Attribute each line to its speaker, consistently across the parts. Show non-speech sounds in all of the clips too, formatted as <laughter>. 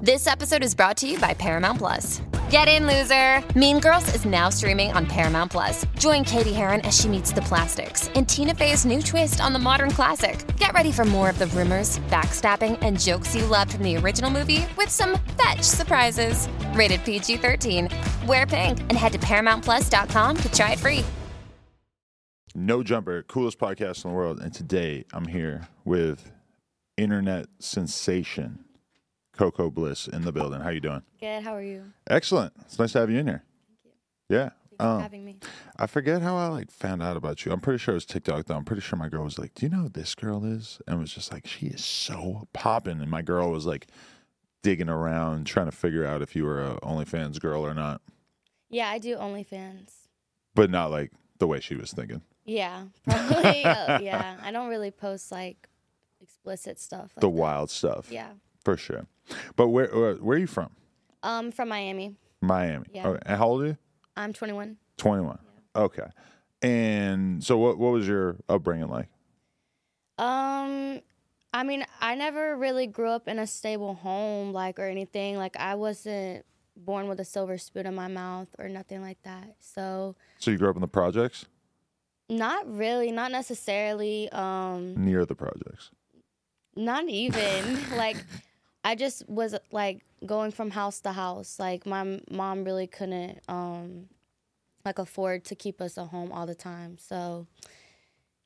Speaker 1: This episode is brought to you by Paramount Plus. Get in, loser! Mean Girls is now streaming on Paramount Plus. Join Katie Heron as she meets the plastics in Tina Fey's new twist on the modern classic. Get ready for more of the rumors, backstabbing, and jokes you loved from the original movie with some fetch surprises. Rated PG 13. Wear pink and head to ParamountPlus.com to try it free.
Speaker 2: No Jumper, coolest podcast in the world. And today I'm here with internet sensation Coco Bliss in the building. How you doing?
Speaker 3: Good. How are you?
Speaker 2: Excellent. It's nice to have you in here. Yeah.
Speaker 3: Thanks for
Speaker 2: Um,
Speaker 3: having me.
Speaker 2: I forget how I like found out about you. I'm pretty sure it was TikTok though. I'm pretty sure my girl was like, "Do you know who this girl is?" And was just like, "She is so popping." And my girl was like digging around trying to figure out if you were a OnlyFans girl or not,
Speaker 3: Yeah, I do OnlyFans.
Speaker 2: but not like the way she was thinking.
Speaker 3: Yeah, <laughs> probably. uh, yeah, I don't really post like explicit stuff. Like
Speaker 2: The wild stuff.
Speaker 3: Yeah.
Speaker 2: for sure. But where where, where are you from?
Speaker 3: Um, from Miami.
Speaker 2: Miami.
Speaker 3: Yeah.
Speaker 2: Okay. And how old are you?
Speaker 3: I'm 21.
Speaker 2: 21. Okay. And so what what was your upbringing like?
Speaker 3: Um, I mean, I never really grew up in a stable home, like or anything. Like I wasn't born with a silver spoon in my mouth or nothing like that. So
Speaker 2: So you grew up in the projects?
Speaker 3: not really, not necessarily. Um,
Speaker 2: Near the projects. <laughs>
Speaker 3: Not even. like, I just was like going from house to house. Like, my m- mom really couldn't um like afford to keep us at home all the time. So,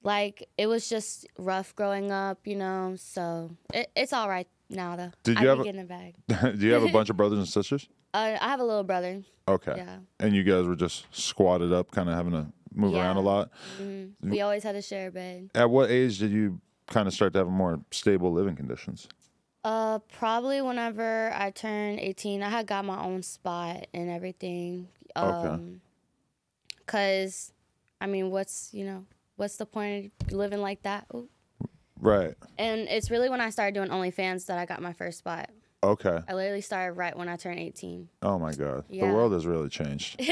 Speaker 3: like, it was just rough growing up, you know. So it, it's all right now, though.
Speaker 2: Did
Speaker 3: I
Speaker 2: you
Speaker 3: can
Speaker 2: have a-
Speaker 3: get in the bag?
Speaker 2: Do you have a bunch of brothers and sisters?
Speaker 3: Uh, I have a little brother.
Speaker 2: Okay.
Speaker 3: Yeah.
Speaker 2: And you guys were just squatted up, kind of having to move
Speaker 3: Yeah.
Speaker 2: around a lot.
Speaker 3: Mhm. We always had to share a bed.
Speaker 2: At what age did you kind of start to have more stable living conditions?
Speaker 3: Uh, probably whenever I turned 18, I had got my own spot and everything.
Speaker 2: Okay.
Speaker 3: Um, Cause, I mean, what's you know, what's the point of living like that? Ooh.
Speaker 2: Right.
Speaker 3: And it's really when I started doing OnlyFans that I got my first spot.
Speaker 2: Okay.
Speaker 3: I literally started right when I turned 18.
Speaker 2: Oh my God. The
Speaker 3: Yeah.
Speaker 2: world has really changed.
Speaker 3: <laughs>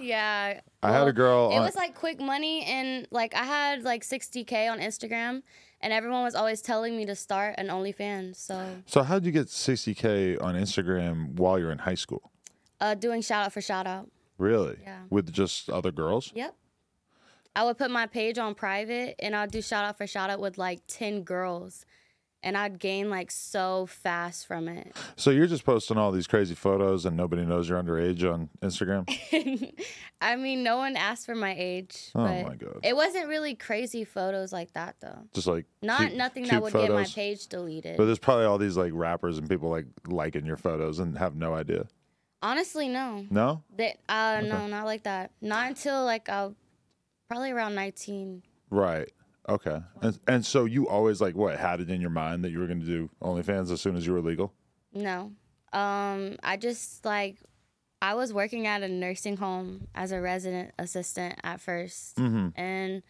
Speaker 3: yeah.
Speaker 2: I had a
Speaker 3: Well,
Speaker 2: girl.
Speaker 3: It
Speaker 2: on-
Speaker 3: was like quick money, and like I had like 60k on Instagram, and everyone was always telling me to start an OnlyFans. So,
Speaker 2: so how did you get 60k on Instagram while you're in high school?
Speaker 3: uh, doing shout out for shout out.
Speaker 2: Really?
Speaker 3: Yeah.
Speaker 2: With just other girls?
Speaker 3: Yep. I would put my page on private and I'd do shout out for shout out with like 10 girls. And I'd gain like so fast from it.
Speaker 2: So you're just posting all these crazy photos and nobody knows you're underage on
Speaker 3: <laughs>
Speaker 2: Instagram?
Speaker 3: I mean, no one asked for my age.
Speaker 2: Oh
Speaker 3: but
Speaker 2: my God.
Speaker 3: It wasn't really crazy photos like that though.
Speaker 2: Just like
Speaker 3: Not
Speaker 2: cute-
Speaker 3: nothing
Speaker 2: cute
Speaker 3: that would get my
Speaker 2: photos.
Speaker 3: page deleted.
Speaker 2: But there's probably all these like rappers and people like liking your photos and have no idea.
Speaker 3: Honestly, no.
Speaker 2: No?
Speaker 3: That uh, no, not like that. Not until like uh, probably around 19.
Speaker 2: Right. Okay. And, and so you always like what had it in your mind that you were going to do OnlyFans as soon as you were legal?
Speaker 3: No. Um, I just like I was working at a nursing home as a resident assistant at 1st and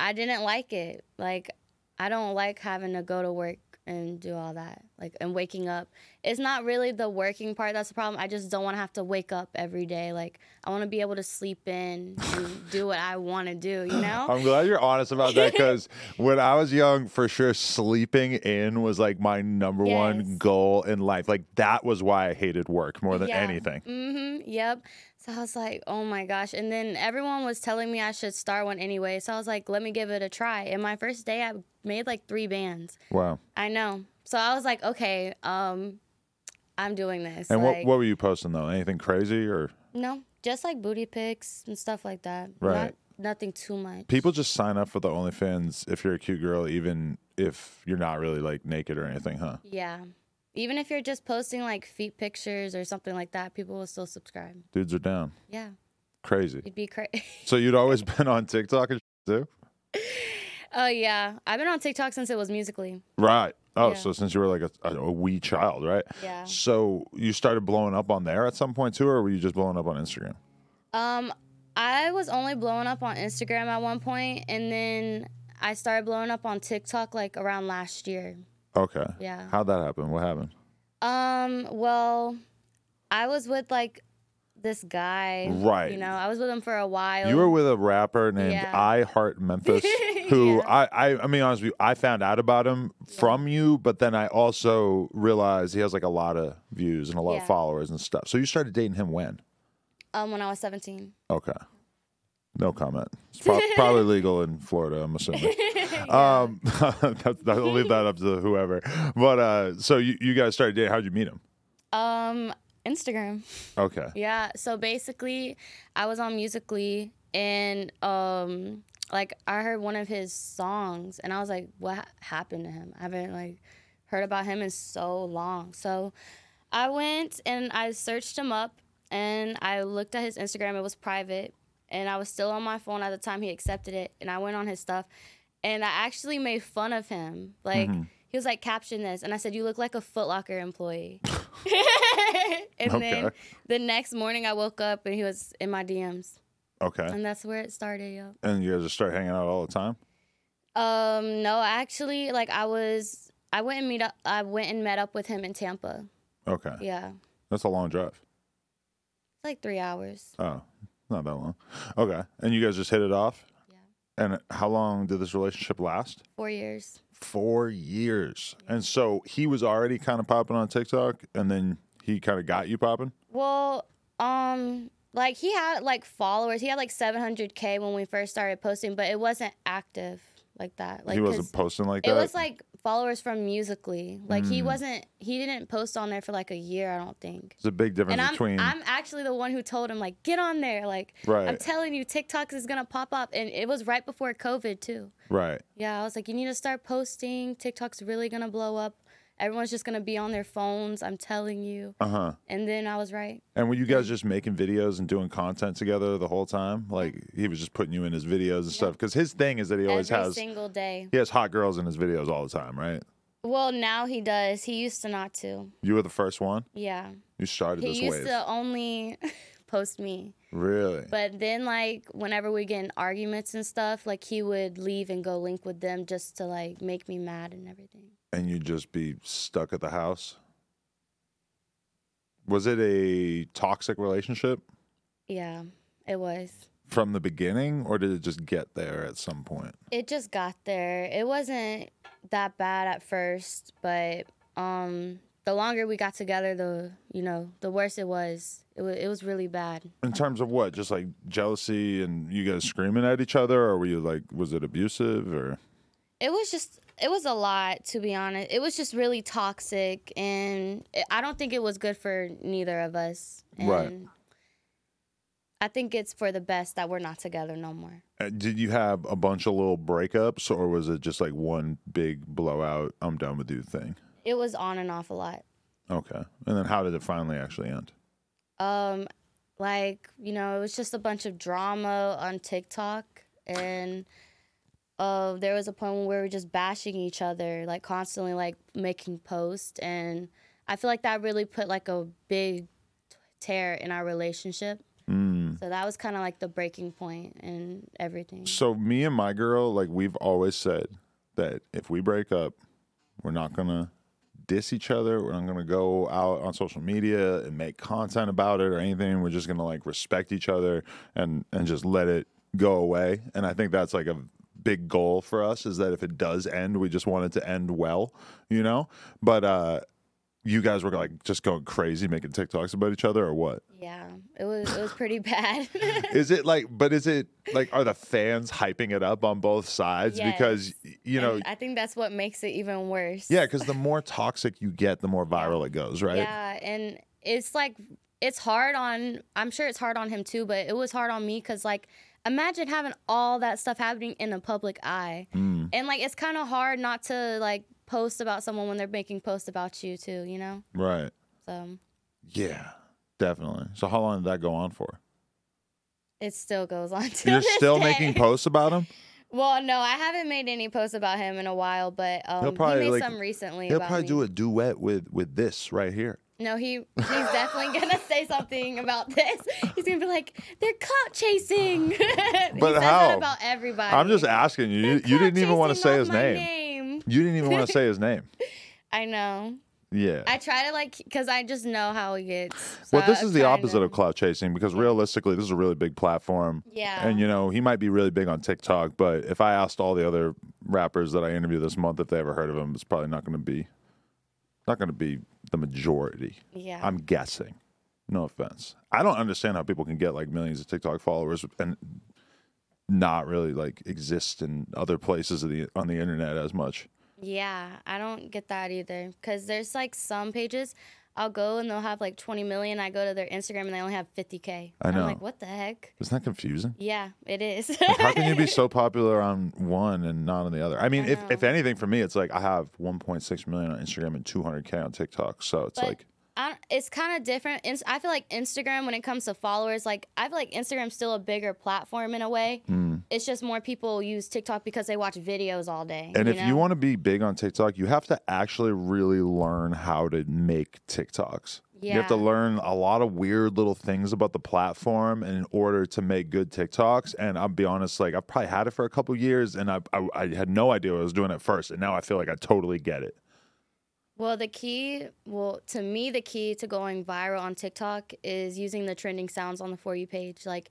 Speaker 3: I didn't like it. Like I don't like having to go to work and do all that. Like and waking up. It's not really the working part that's the problem. I just don't want to have to wake up every day. Like I want to be able to sleep in and do what I want to do, you know?
Speaker 2: I'm glad you're honest about
Speaker 3: <laughs>
Speaker 2: that because when I was young, for sure, sleeping in was like my number one
Speaker 3: Yes.
Speaker 2: goal in life. Like that was why I hated work more than
Speaker 3: Yeah.
Speaker 2: anything.
Speaker 3: hmm Yep. So I was like, oh my gosh. And then everyone was telling me I should start one anyway. So I was like, let me give it a try. And my first day, I made like three bands.
Speaker 2: Wow.
Speaker 3: I know. So I was like, okay, um, I'm doing this.
Speaker 2: And
Speaker 3: Like,
Speaker 2: what, what were you posting though? Anything crazy or
Speaker 3: No, just like booty pics and stuff like that.
Speaker 2: Right.
Speaker 3: Not, nothing too much.
Speaker 2: people just sign up for the OnlyFans if you're a cute girl, even if you're not really like naked or anything, huh?
Speaker 3: yeah. Even if you're just posting like feet pictures or something like that, people will still subscribe.
Speaker 2: Dudes are down.
Speaker 3: Yeah.
Speaker 2: Crazy.
Speaker 3: It'd be crazy.
Speaker 2: So you'd always <laughs> been on TikTok and too?
Speaker 3: <laughs> oh, yeah. I've been on TikTok since it was musically.
Speaker 2: Right. Oh,
Speaker 3: Yeah.
Speaker 2: so since you were like a, a, a wee child, right?
Speaker 3: Yeah.
Speaker 2: So you started blowing up on there at some point too, or were you just blowing up on Instagram?
Speaker 3: Um, I was only blowing up on Instagram at one point, and then I started blowing up on TikTok like around last year.
Speaker 2: Okay.
Speaker 3: Yeah.
Speaker 2: How'd that happen? What happened?
Speaker 3: Um, well, I was with like this guy.
Speaker 2: Right.
Speaker 3: You know, I was with him for a while.
Speaker 2: You were with a rapper named
Speaker 3: Yeah.
Speaker 2: I Heart
Speaker 3: <laughs>
Speaker 2: Memphis, who
Speaker 3: Yeah.
Speaker 2: I, I, I mean, honest with you, I found out about him from you, but then I also realized he has like a lot of views and a lot of
Speaker 3: Yeah.
Speaker 2: followers and stuff. So you started dating him when?
Speaker 3: um when I was 17.
Speaker 2: Okay. No comment. It's
Speaker 3: <laughs>
Speaker 2: prob- probably legal in Florida, I'm assuming. Um, <laughs> that, I'll leave that up to whoever. But uh, so you, you guys started dating. How'd you meet him?
Speaker 3: Um Instagram.
Speaker 2: Okay.
Speaker 3: Yeah. So basically, I was on Musically, and um, like I heard one of his songs, and I was like, "What ha- happened to him? I haven't like heard about him in so long." So I went and I searched him up, and I looked at his Instagram. It was private, and I was still on my phone at the time he accepted it, and I went on his stuff, and I actually made fun of him, like. He was like, caption this. And I said, You look like a Foot Locker employee. <laughs> and then
Speaker 2: Okay.
Speaker 3: the next morning I woke up and he was in my DMs.
Speaker 2: Okay.
Speaker 3: And that's where it started, yo.
Speaker 2: And you guys just start hanging out all the time?
Speaker 3: Um, no, actually, like I was I went and meet up I went and met up with him in Tampa.
Speaker 2: Okay.
Speaker 3: Yeah. It's
Speaker 2: That's a long drive.
Speaker 3: like three hours.
Speaker 2: Oh, not that long. Okay. And you guys just hit it off?
Speaker 3: Yeah.
Speaker 2: And how long did this relationship last?
Speaker 3: Four years.
Speaker 2: Four years. And so he was already kind of popping on TikTok, and then he kind of got you popping?
Speaker 3: Well, um, like he had like followers. He had like seven hundred K when we first started posting, but it wasn't active like that. Like
Speaker 2: he
Speaker 3: 'cause-
Speaker 2: wasn't posting like that?
Speaker 3: It was like followers from Musically. Like
Speaker 2: Hmm.
Speaker 3: he wasn't, he didn't post on there for like a year, I don't think.
Speaker 2: There's a big difference
Speaker 3: And I'm,
Speaker 2: between.
Speaker 3: I'm actually the one who told him like get on there, like I'm
Speaker 2: Right.
Speaker 3: telling you, TikToks is gonna pop up, and it was right before COVID too.
Speaker 2: right.
Speaker 3: Yeah, I was like, you need to start posting. TikTok's really gonna blow up. Everyone's just gonna be on their phones. I'm telling you.
Speaker 2: Uh huh.
Speaker 3: And then I was right.
Speaker 2: And were you guys just making videos and doing content together the whole time? Like he was just putting you in his videos and stuff. Because his thing is that he always
Speaker 3: Every
Speaker 2: has
Speaker 3: single day.
Speaker 2: he has hot girls in his videos all the time, right?
Speaker 3: Well, now he does. He used to not to.
Speaker 2: You were the first one.
Speaker 3: Yeah.
Speaker 2: You started
Speaker 3: He
Speaker 2: this
Speaker 3: used
Speaker 2: wave.
Speaker 3: to only <laughs> post me.
Speaker 2: Really?
Speaker 3: But then, like, whenever we get in arguments and stuff, like, he would leave and go link with them just to, like, make me mad and everything.
Speaker 2: and you'd just be stuck at the house. Was it a toxic relationship
Speaker 3: Yeah, it was.
Speaker 2: from the beginning, or did it just get there at some point?
Speaker 3: It just got there. It wasn't that bad at first, but um, the longer we got together, the, you know, the worse it was. It, wa it was really bad.
Speaker 2: In terms of what, just like jealousy and you guys screaming at each other, or were you like, was it abusive or?
Speaker 3: It was just, it was a lot, to be honest. It was just really toxic, and it, I don't think it was good for neither of us. And
Speaker 2: Right.
Speaker 3: I think it's for the best that we're not together no more.
Speaker 2: Uh, Did you have a bunch of little breakups, or was it just like one big blowout? I'm done with you thing.
Speaker 3: It was on and off a lot.
Speaker 2: Okay, and then how did it finally actually end?
Speaker 3: Um, like you know, it was just a bunch of drama on TikTok, and uh, there was a point when we were just bashing each other, like constantly, like making posts, and I feel like that really put like a big tear in our relationship.
Speaker 2: Mm.
Speaker 3: So that was kind of like the breaking point and everything.
Speaker 2: So me and my girl, like we've always said that if we break up, we're not gonna diss each other. We're not gonna go out on social media and make content about it or anything. We're just gonna like respect each other and and just let it go away. And I think that's like a big goal for us is that if it does end, we just want it to end well, you know? But uh you guys were like just going crazy making TikToks about each other or what?
Speaker 3: Yeah, it was it was pretty <laughs> bad.
Speaker 2: <laughs> is it like but is it like are the fans hyping it up on both sides because you know
Speaker 3: And <laughs> I think that's what makes it even worse.
Speaker 2: yeah because the more toxic you get the more viral it goes right
Speaker 3: Yeah, and it's like it's hard on. I'm sure it's hard on him too, but it was hard on me because like imagine having all that stuff happening in the public eye,
Speaker 2: Hmm,
Speaker 3: and like it's kind of hard not to like post about someone when they're making posts about you too. You know,
Speaker 2: right
Speaker 3: so
Speaker 2: yeah definitely so how long did that go on for
Speaker 3: it still goes on. <laughs> till
Speaker 2: you're
Speaker 3: this
Speaker 2: still
Speaker 3: day.
Speaker 2: making posts about
Speaker 3: <laughs>
Speaker 2: him
Speaker 3: Well, no, I haven't made any posts about him in a while, but um,
Speaker 2: He'll probably,
Speaker 3: he made
Speaker 2: like-
Speaker 3: some recently.
Speaker 2: he'll
Speaker 3: about
Speaker 2: probably
Speaker 3: me.
Speaker 2: do a duet with with this right here
Speaker 3: No, he
Speaker 2: <laughs>
Speaker 3: he's definitely gonna say something about this. He's gonna be like, "They're clout chasing." <laughs> he says
Speaker 2: how?
Speaker 3: that about everybody.
Speaker 2: i'm just asking you you,
Speaker 3: They're
Speaker 2: you didn't even
Speaker 3: clout
Speaker 2: want to
Speaker 3: chasing
Speaker 2: say
Speaker 3: off
Speaker 2: his
Speaker 3: my <laughs>
Speaker 2: name. you didn't even want to say his name
Speaker 3: I know.
Speaker 2: Yeah.
Speaker 3: I try to like because I just know how it gets. So
Speaker 2: well, this
Speaker 3: I'm
Speaker 2: is the
Speaker 3: trying
Speaker 2: opposite
Speaker 3: to-
Speaker 2: of clout chasing because realistically, this is a really big platform.
Speaker 3: Yeah.
Speaker 2: And you know, he might be really big on TikTok, but if I asked all the other rappers that I interviewed this month if they ever heard of him, it's probably not going to be not going to be the majority.
Speaker 3: Yeah.
Speaker 2: I'm guessing. No offense. I don't understand how people can get like millions of TikTok followers and not really like exist in other places of the on the internet as much.
Speaker 3: Yeah, I don't get that either. Because there's like some pages I'll go and they'll have like 20 million. I go to their Instagram and they only have 50K.
Speaker 2: I
Speaker 3: am
Speaker 2: know.
Speaker 3: like, what the heck?
Speaker 2: Isn't that confusing?
Speaker 3: Yeah, it is.
Speaker 2: How can you be
Speaker 3: <laughs>
Speaker 2: so popular on one and not on the other? I mean, if, if anything, for me, it's like I have 1.6 million on Instagram and 200K on TikTok. So it's
Speaker 3: But
Speaker 2: like,
Speaker 3: I don't, it's kind of different. Ins- I feel like Instagram, when it comes to followers, like I feel like Instagram's still a bigger platform in a way.
Speaker 2: Hmm.
Speaker 3: It's just more people use TikTok because they watch videos all day.
Speaker 2: and
Speaker 3: you
Speaker 2: if
Speaker 3: know?
Speaker 2: you want to be big on TikTok, you have to actually really learn how to make TikToks. You have to
Speaker 3: Yeah.
Speaker 2: learn a lot of weird little things about the platform in order to make good TikToks. And I'll be honest, like I've probably had it for a couple years and I, I, I had no idea what I was doing at first. And now I feel like I totally get it.
Speaker 3: Well, the key, well, to me, the key to going viral on TikTok is using the trending sounds on the For You page. Like,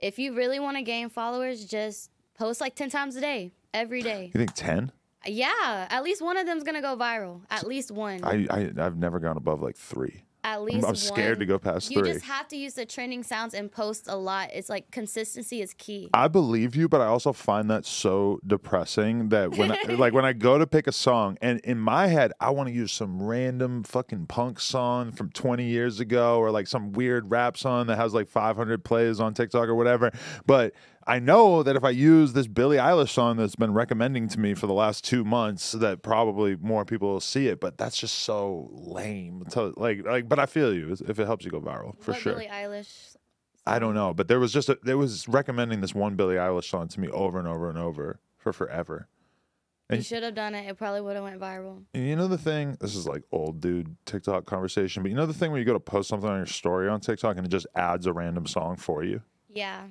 Speaker 3: if you really want to gain followers, just post like 10 times a day, every day.
Speaker 2: <laughs> You think 10?
Speaker 3: Yeah, at least one of them's going to go viral. At least one.
Speaker 2: I, I, I've never gone above like three.
Speaker 3: at least
Speaker 2: I'm, I'm scared to
Speaker 3: one.
Speaker 2: go past
Speaker 3: You
Speaker 2: three.
Speaker 3: just have to use the trending sounds and post a lot. It's like consistency is key.
Speaker 2: I believe you, but I also find that so depressing that when
Speaker 3: <laughs>
Speaker 2: I, like when I go to pick a song and in my head I want to use some random fucking punk song from 20 years ago or like some weird rap song that has like 500 plays on TikTok or whatever, but I know that if I use this Billie Eilish song that's been recommending to me for the last 2 months that probably more people will see it, but that's just so lame. To, like like but I feel you if it helps you go viral for
Speaker 3: what
Speaker 2: sure.
Speaker 3: Billie Eilish?
Speaker 2: I don't know, but there was just a, there was recommending this one Billie Eilish song to me over and over and over for forever.
Speaker 3: You
Speaker 2: And-
Speaker 3: should have done it. It probably would have went viral.
Speaker 2: And you know the thing, this is like old dude TikTok conversation, but you know the thing where you go to post something on your story on TikTok and it just adds a random song for you.
Speaker 3: Yeah,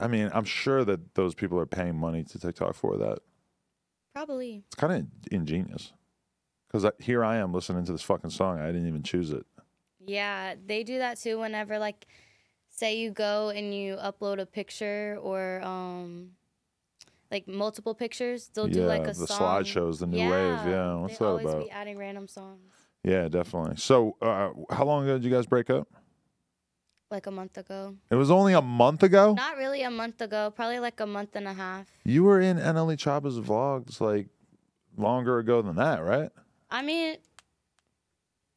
Speaker 2: I mean, I'm sure that those people are paying money to TikTok for that.
Speaker 3: probably.
Speaker 2: It's kind of ingenious. Cuz here I am listening to this fucking song. I didn't even choose it.
Speaker 3: Yeah, they do that too whenever like say you go and you upload a picture or um like multiple pictures, they'll do like
Speaker 2: Yeah,
Speaker 3: a
Speaker 2: the
Speaker 3: song.
Speaker 2: slideshows, the new wave, yeah, what's
Speaker 3: they
Speaker 2: that
Speaker 3: always
Speaker 2: about?
Speaker 3: be adding random songs
Speaker 2: Yeah, definitely. So, uh, how long ago did you guys break up?
Speaker 3: like a month ago.
Speaker 2: It was only a month ago?
Speaker 3: Not really a month ago, probably like a month and a half.
Speaker 2: You were in NLE Chaba's vlogs like longer ago than that, right?
Speaker 3: I mean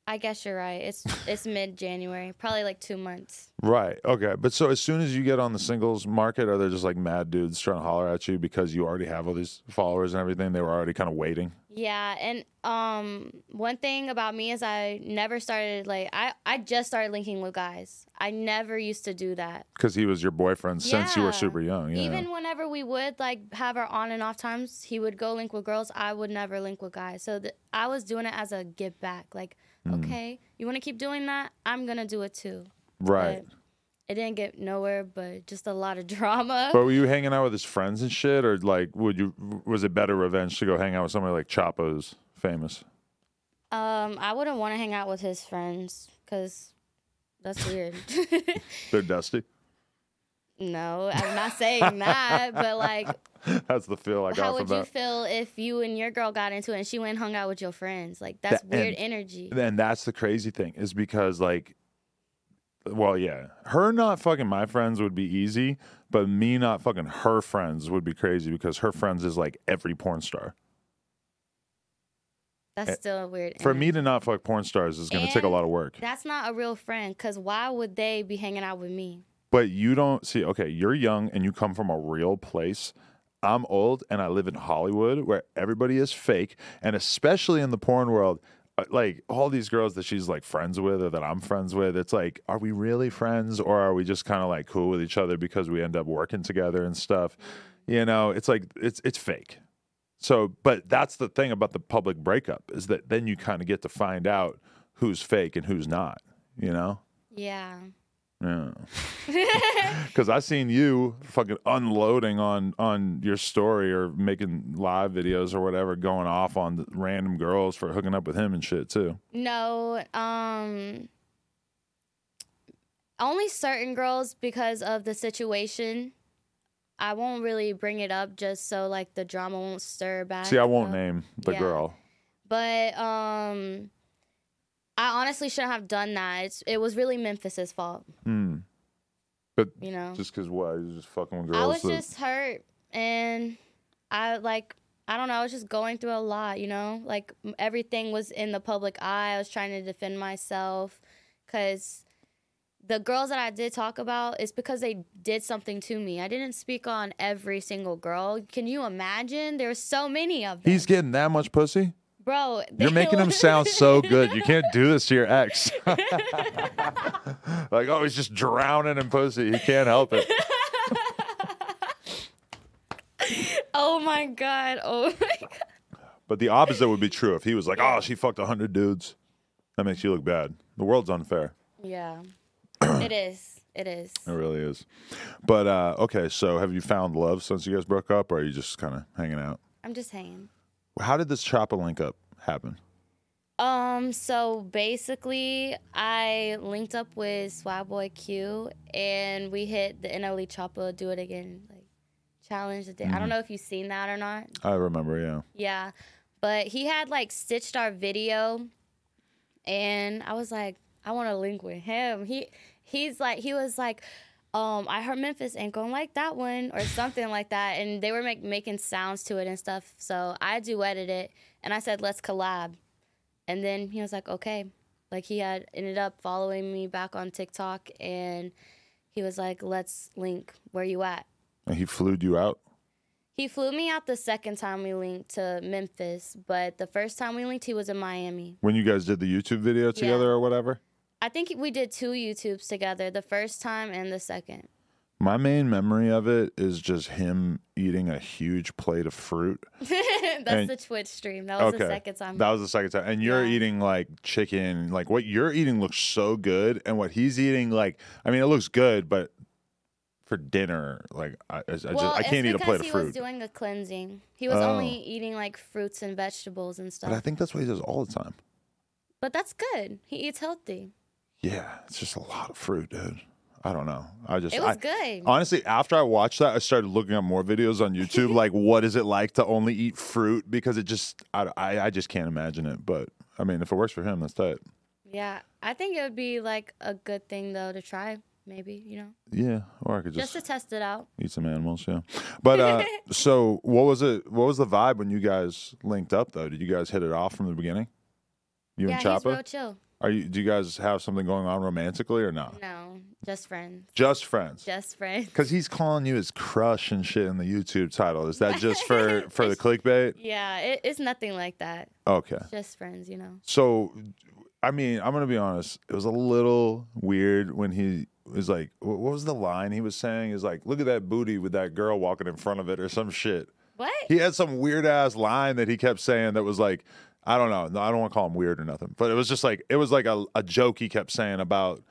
Speaker 3: I guess you're right. It's
Speaker 2: <laughs>
Speaker 3: it's mid January, probably like two months.
Speaker 2: Right. Okay. But so as soon as you get on the singles market, are there just like mad dudes trying to holler at you because you already have all these followers and everything? They were already kind of waiting.
Speaker 3: Yeah, and um, one thing about me is I never started like I I just started linking with guys. I never used to do that.
Speaker 2: Because he was your boyfriend since you
Speaker 3: Yeah.
Speaker 2: were super young. Yeah.
Speaker 3: Even whenever we would like have our on and off times, he would go link with girls. I would never link with guys. So th- I was doing it as a give back. Like,
Speaker 2: Mm.
Speaker 3: okay, you want to keep doing that? I'm gonna do it too.
Speaker 2: right.
Speaker 3: But it didn't get nowhere, but just a lot of <laughs> drama.
Speaker 2: But were you hanging out with his friends and shit, or like, would you? Was it better revenge to go hang out with somebody like Chapo's famous?
Speaker 3: um, I wouldn't want to hang out with his friends because that's weird. <laughs>
Speaker 2: They're dusty. <laughs>
Speaker 3: No, I'm not
Speaker 2: <laughs>
Speaker 3: saying that, but like,
Speaker 2: That's the feel I got
Speaker 3: how
Speaker 2: from
Speaker 3: would
Speaker 2: that.
Speaker 3: you feel if you and your girl got into it and she went and hung out with your friends? Like, that's
Speaker 2: The
Speaker 3: weird
Speaker 2: end.
Speaker 3: energy.
Speaker 2: And that's the crazy thing is because like, well, yeah, her not fucking my friends would be easy, but me not fucking her friends would be crazy because her friends is like every porn star.
Speaker 3: That's still a weird.
Speaker 2: For me
Speaker 3: energy.
Speaker 2: to not fuck porn stars is going to take a
Speaker 3: And
Speaker 2: lot of work.
Speaker 3: that's not a real friend. Cause why would they be hanging out with me?
Speaker 2: But you don't see, okay, you're young and you come from a real place. I'm old and I live in Hollywood where everybody is fake. And especially in the porn world, uh, like all these girls that she's like friends with or that I'm friends with, it's like, are we really friends or are we just kind of like cool with each other because we end up working together and stuff? You know, it's like, it's, it's fake. So, but that's the thing about the public breakup is that <laughs> then you kind of get to find out who's fake and who's not, you know?
Speaker 3: Yeah,
Speaker 2: Yeah. Because I seen you fucking unloading on on your story or making live videos or whatever, going off on the random girls for hooking up with him and shit too.
Speaker 3: No, um only certain girls because of the situation. I won't really bring it up just so like the drama won't stir back.
Speaker 2: See, I won't
Speaker 3: up.
Speaker 2: name the
Speaker 3: yeah.
Speaker 2: girl.
Speaker 3: But um I honestly shouldn't have done that. It's, it was really Memphis's fault,
Speaker 2: Mm. But
Speaker 3: you know.
Speaker 2: just because what? You was just fucking with girls.
Speaker 3: I was
Speaker 2: that-
Speaker 3: just hurt and I like I don't know, I was just going through a lot, you know? Like m- everything was in the public eye. I was trying to defend myself cuz the girls that I did talk about it's because they did something to me. I didn't speak on every single girl. Can you imagine? There were so many of them.
Speaker 2: He's getting that much pussy?
Speaker 3: Bro,
Speaker 2: You're
Speaker 3: <laughs> they
Speaker 2: making him
Speaker 3: was-
Speaker 2: sound so good. You can't do this to your ex. <laughs> like, oh, he's just drowning in pussy. He can't help it.
Speaker 3: Oh my god. Oh my god.
Speaker 2: But the opposite would be true if he was like, "Oh, she fucked a hundred dudes." That makes you look bad. The world's unfair.
Speaker 3: Yeah. it is. It is.
Speaker 2: It really is. But uh, okay, so have you found love since you guys broke up, or are you just kind of hanging out?
Speaker 3: I'm just hanging.
Speaker 2: How did this chopper link up happen?
Speaker 3: Um, so basically, I linked up with Swag Boy Q, and we hit the NLE Choppa Do It Again like challenge. That they, I don't know if you've seen that or not.
Speaker 2: I remember, yeah.
Speaker 3: Yeah, but he had like stitched our video, and I was like, I want to link with him. He he's like he was like. Um, I heard Memphis ain't gonna like that one or something like that, and they were make, making sounds to it and stuff. So I duetted it, and I said, "Let's collab." And then he was like, okay. Like he had ended up following me back on TikTok and he was like, let's link. Where you at?
Speaker 2: And he flew you out.
Speaker 3: He flew me out the second time we linked to Memphis, but the first time we linked, he was in Miami.
Speaker 2: When you guys did the YouTube video together or whatever,
Speaker 3: I think we did two YouTubes together the first time and the second. <laughs>
Speaker 2: my main memory of it is just him eating a huge plate of fruit.
Speaker 3: That's
Speaker 2: And-
Speaker 3: the Twitch stream. That was the second time.
Speaker 2: That was the second time. And you're
Speaker 3: Yeah.
Speaker 2: eating like chicken. Like what you're eating looks so good, and what he's eating, like I mean, it looks good, but for dinner, like I, I, I just
Speaker 3: well,
Speaker 2: I
Speaker 3: it's
Speaker 2: can't eat a
Speaker 3: because
Speaker 2: plate of
Speaker 3: he
Speaker 2: fruit.
Speaker 3: was doing a cleansing. He was
Speaker 2: Oh.
Speaker 3: only eating like fruits and vegetables and stuff.
Speaker 2: but I think that's what he does all the time.
Speaker 3: but that's good. He eats healthy.
Speaker 2: Yeah, it's just a lot of fruit, dude. I don't know. I just
Speaker 3: It was
Speaker 2: I-
Speaker 3: good.
Speaker 2: Honestly, after I watched that, I started looking up more videos
Speaker 3: <laughs>
Speaker 2: on YouTube. like, what is it like to only eat fruit? Because it just, I, I, I just can't imagine it. But I mean, if it works for him, that's that.
Speaker 3: Yeah, I think it would be like a good thing though to try, maybe, you know,
Speaker 2: Yeah. Or I could
Speaker 3: just, to test it out.
Speaker 2: Eat some animals, yeah. But uh,
Speaker 3: <laughs>
Speaker 2: so, what was it? What was the vibe when you guys linked up? Though, did you guys hit it off from the beginning? You
Speaker 3: yeah,
Speaker 2: and
Speaker 3: he's real
Speaker 2: Choppa?
Speaker 3: chill.
Speaker 2: Are you? Do you guys have something going on romantically or not?
Speaker 3: No, just friends,
Speaker 2: Just friends.
Speaker 3: just friends.
Speaker 2: Because he's calling you his crush and shit in the YouTube title. Is that just for for the clickbait?
Speaker 3: Yeah, it, it's nothing like that.
Speaker 2: Okay.
Speaker 3: Just friends, you know.
Speaker 2: So, I mean, I'm gonna be honest. It was a little weird when he was like, wh- "What was the line he was saying?" Is like, "Look at that booty with that girl walking in front of it" or some shit.
Speaker 3: What?
Speaker 2: he had some weird ass line that he kept saying that was like I don't know. No, I don't want to call him weird or nothing, but it was just like it was like a, a joke he kept saying about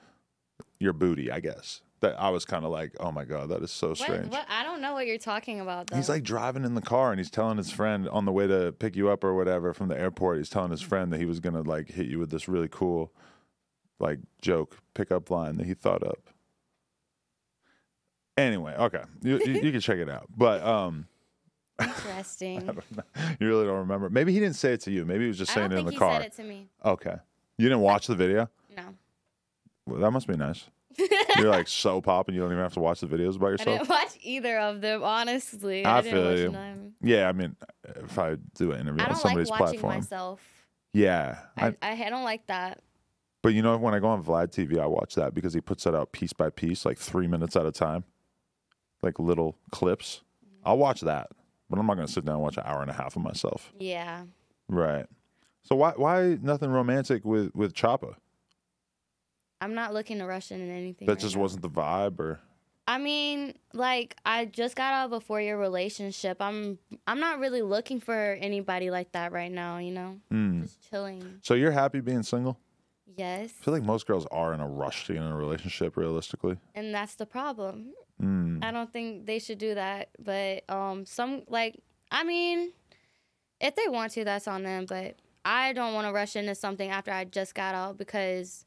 Speaker 2: your booty, I guess. That I was kind of like, oh my god, that is so
Speaker 3: what?
Speaker 2: strange.
Speaker 3: What? I don't know what you're talking about. Though.
Speaker 2: He's like <sighs> driving in the car and he's telling his friend on the way to pick you up or whatever from the airport. He's telling his friend that he was gonna like hit you with this really cool like joke pickup line that he thought up. Anyway, okay, you you, you can check it out, but um. <laughs>
Speaker 3: interesting. I don't,
Speaker 2: You really don't remember. Maybe he didn't say it to you. Maybe he was just saying it in
Speaker 3: think
Speaker 2: the
Speaker 3: he
Speaker 2: car.
Speaker 3: said it to me.
Speaker 2: Okay. You didn't watch the video?
Speaker 3: No, <laughs>
Speaker 2: Well, that must be nice. You're like so popping, you don't even have to watch the videos by
Speaker 3: I
Speaker 2: yourself.
Speaker 3: didn't watch either of them. Honestly,
Speaker 2: I
Speaker 3: I, didn't
Speaker 2: feel
Speaker 3: watch
Speaker 2: you.
Speaker 3: none.
Speaker 2: Yeah, I mean, if I do an interview
Speaker 3: I
Speaker 2: on
Speaker 3: don't like
Speaker 2: somebody's
Speaker 3: watching
Speaker 2: platform.
Speaker 3: myself.
Speaker 2: Yeah. I,
Speaker 3: I, I I don't like that.
Speaker 2: but you know, when I go on Vlad TV, I watch that because he puts that out piece by piece, like three minutes at a time, like little clips. I'll watch that, but I'm not going to sit down and watch an hour and a half of myself.
Speaker 3: Yeah.
Speaker 2: Right. So why why nothing romantic with with Choppa?
Speaker 3: I'm not looking to rush into anything.
Speaker 2: That
Speaker 3: right
Speaker 2: just
Speaker 3: now.
Speaker 2: wasn't the vibe, or
Speaker 3: I mean, like I just got out of a four year relationship. I'm I'm not really looking for anybody like that right now, you know?
Speaker 2: Mm.
Speaker 3: Just chilling.
Speaker 2: So you're happy being single?
Speaker 3: Yes.
Speaker 2: I feel like most girls are in a rush to get in a relationship, realistically.
Speaker 3: And that's the problem.
Speaker 2: Mm.
Speaker 3: I don't think they should do that. But um, some like I mean, if they want to, that's on them. But I don't want to rush into something after I just got out because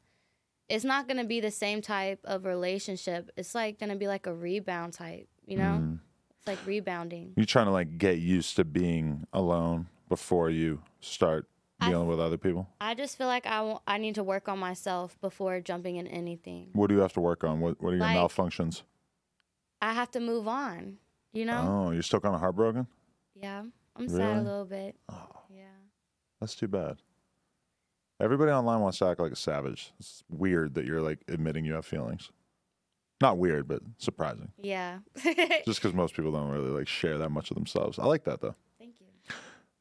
Speaker 3: it's not gonna be the same type of relationship. It's like gonna be like a rebound type, you know?
Speaker 2: Mm-hmm.
Speaker 3: It's like rebounding.
Speaker 2: You're trying to like get used to being alone before you start
Speaker 3: I-
Speaker 2: dealing with other people.
Speaker 3: I just feel like I wa- I need to work on myself before jumping in anything.
Speaker 2: What do you have to work on? What What are your
Speaker 3: Like-
Speaker 2: malfunctions?
Speaker 3: I have to move on, you know?
Speaker 2: Oh, you're still kind of heartbroken.
Speaker 3: Yeah, I'm sad a
Speaker 2: Really? Oh.
Speaker 3: little bit. Yeah.
Speaker 2: That's too bad. Everybody online wants to act like a savage. It's weird that you're like admitting you have feelings. Not weird, but surprising.
Speaker 3: Yeah. <laughs>
Speaker 2: Just because most people don't really like share that much of themselves. I like that though.
Speaker 3: Thank you.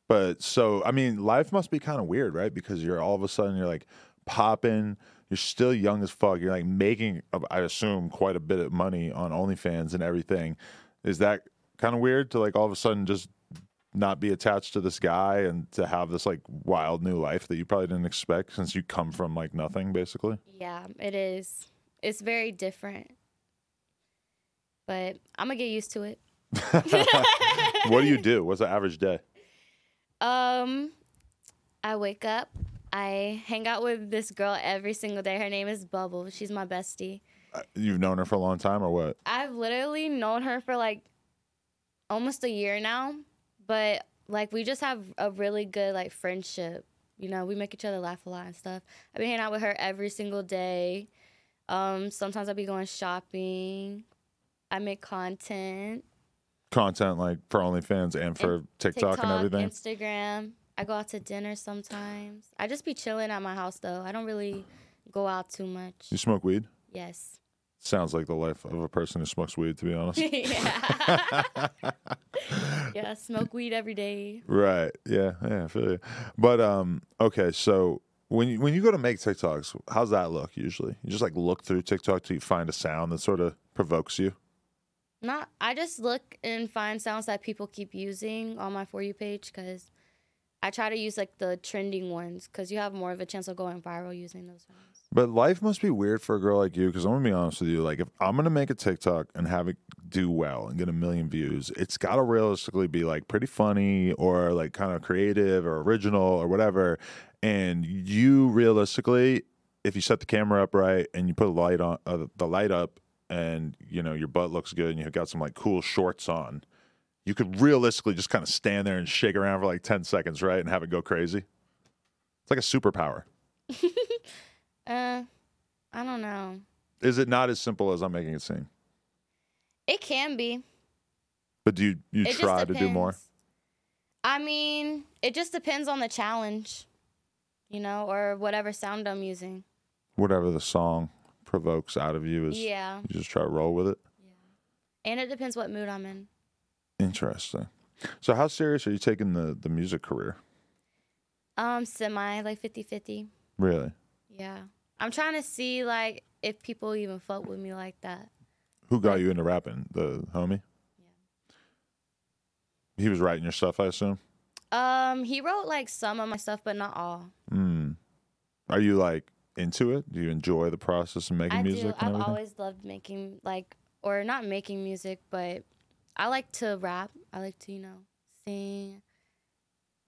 Speaker 2: But so, I mean, life must be kind of weird, right? Because you're all of a sudden you're like popping. You're still young as fuck. You're like making, uh, I assume, quite a bit of money on OnlyFans and everything. Is that kind of weird to like all of a sudden just not be attached to this guy and to have this like wild new life that you probably didn't expect since you come from like nothing, <laughs> basically?
Speaker 3: Yeah, it is. It's very different. But I'm going to get used to it.
Speaker 2: what do you do? What's the average day?
Speaker 3: Um I wake up, I hang out with this girl every single day. Her name is Bubble. She's my bestie.
Speaker 2: Uh, You've known her for a long time or what?
Speaker 3: I've literally known her for like almost a year now, but like we just have a really good like friendship. You know, we make each other laugh a lot and stuff. I've been hanging out with her every single day. Um, sometimes I'll be going shopping. I make content.
Speaker 2: Content like for OnlyFans and for TikTok, and everything.
Speaker 3: Instagram. I go out to dinner sometimes. I just be chilling at my house though. I don't really go out too much.
Speaker 2: You smoke weed?
Speaker 3: Yes. <laughs>
Speaker 2: Sounds like the life of a person who smokes weed, to be honest. <laughs>
Speaker 3: yeah. yeah. Smoke weed every day.
Speaker 2: right. Yeah. Yeah. I feel you. But um, okay. So when you, when you go to make TikToks, how's that look usually? You just like look through TikTok till you find a sound that sort of provokes you.
Speaker 3: Not. I just look and find sounds that people keep using on my for you page because I try to use like the trending ones because you have more of a chance of going viral using those ones.
Speaker 2: But life must be weird for a girl like you because I'm gonna be honest with you. Like, if I'm gonna make a TikTok and have it do well and get a million views, it's gotta realistically be like pretty funny or like kind of creative or original or whatever. And you realistically, if you set the camera up right and you put a light on uh, the light up, and you know your butt looks good and you've got some like cool shorts on, you could realistically just kind of stand there and shake around for like ten seconds, right, and have it go crazy. It's like a superpower.
Speaker 3: Uh, I don't know.
Speaker 2: Is it not as simple as I'm making it seem?
Speaker 3: It can be.
Speaker 2: But do you, you
Speaker 3: It just
Speaker 2: try to do more?
Speaker 3: depends. I mean, it just depends on the challenge, you know, or whatever sound I'm using.
Speaker 2: Whatever the song provokes out of you is
Speaker 3: yeah.
Speaker 2: you just try to roll with it.
Speaker 3: And it depends what mood I'm in.
Speaker 2: Interesting. So how serious are you taking the, the music career?
Speaker 3: Um, semi, like 50 50.
Speaker 2: Really?
Speaker 3: Yeah. I'm trying to see, like, if people even fuck with me like that.
Speaker 2: Who got you into rapping? The homie? He was writing your stuff, I assume.
Speaker 3: Um, he wrote, like, some of my stuff, but not all.
Speaker 2: Mm. Are you like into it? Do you enjoy the process of making
Speaker 3: I
Speaker 2: music
Speaker 3: do.
Speaker 2: and
Speaker 3: I've
Speaker 2: everything?
Speaker 3: always loved making, like, or not making music, but I like to rap. I like to, you know, sing.